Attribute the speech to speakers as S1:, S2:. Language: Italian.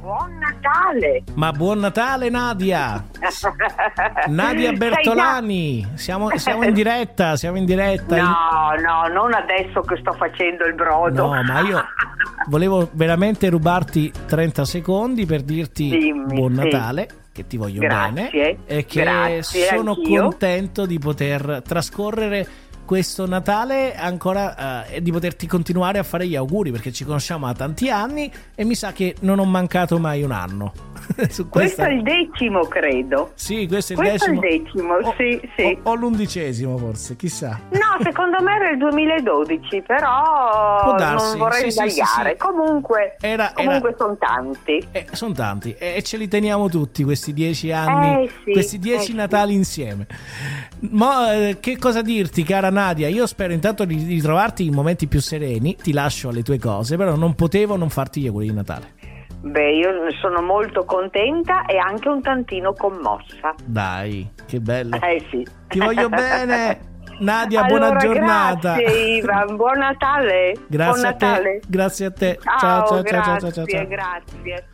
S1: Buon Natale!
S2: Ma buon Natale Nadia! Nadia
S1: Sei
S2: Bertolani, siamo, siamo in diretta, siamo in diretta.
S1: No, no, non adesso che sto facendo il brodo.
S2: No, ma io volevo veramente rubarti 30 secondi per dirti
S1: Dimmi,
S2: buon
S1: sì.
S2: Natale, che ti voglio
S1: Grazie,
S2: bene e che
S1: grazie,
S2: sono
S1: anch'io.
S2: contento di poter trascorrere questo Natale ancora eh, e di poterti continuare a fare gli auguri perché ci conosciamo da tanti anni e mi sa che non ho mancato mai un anno.
S1: Questo
S2: Su questa-
S1: è il decimo, credo.
S2: Sì, questo è il
S1: Questo è il
S2: decimo.
S1: decimo, sì, sì.
S2: O, o l'undicesimo forse, chissà.
S1: No, secondo me era il 2012, però
S2: Può darsi,
S1: non vorrei
S2: sì, sì, sì,
S1: sbagliare.
S2: sì.
S1: Comunque,
S2: Era-
S1: comunque
S2: era-
S1: sono tanti.
S2: Eh, sono tanti e ce li teniamo tutti questi dieci anni,
S1: Eh, sì,
S2: questi dieci
S1: eh, sì.
S2: Natali insieme. Mo, eh, che cosa dirti, cara Nadia? Io spero intanto di ritrovarti in momenti più sereni, ti lascio alle tue cose, però non potevo non farti gli auguri di Natale.
S1: Beh, io ne sono molto contenta e anche un tantino commossa.
S2: Dai, che bello.
S1: Eh sì.
S2: Ti voglio bene. Nadia,
S1: Allora,
S2: buona giornata.
S1: Grazie Ivan, buon Natale.
S2: Grazie
S1: buon
S2: a te,
S1: Natale.
S2: grazie a te.
S1: Ciao,
S2: Ciao, ciao, ciao,
S1: grazie,
S2: ciao, ciao, ciao.
S1: grazie.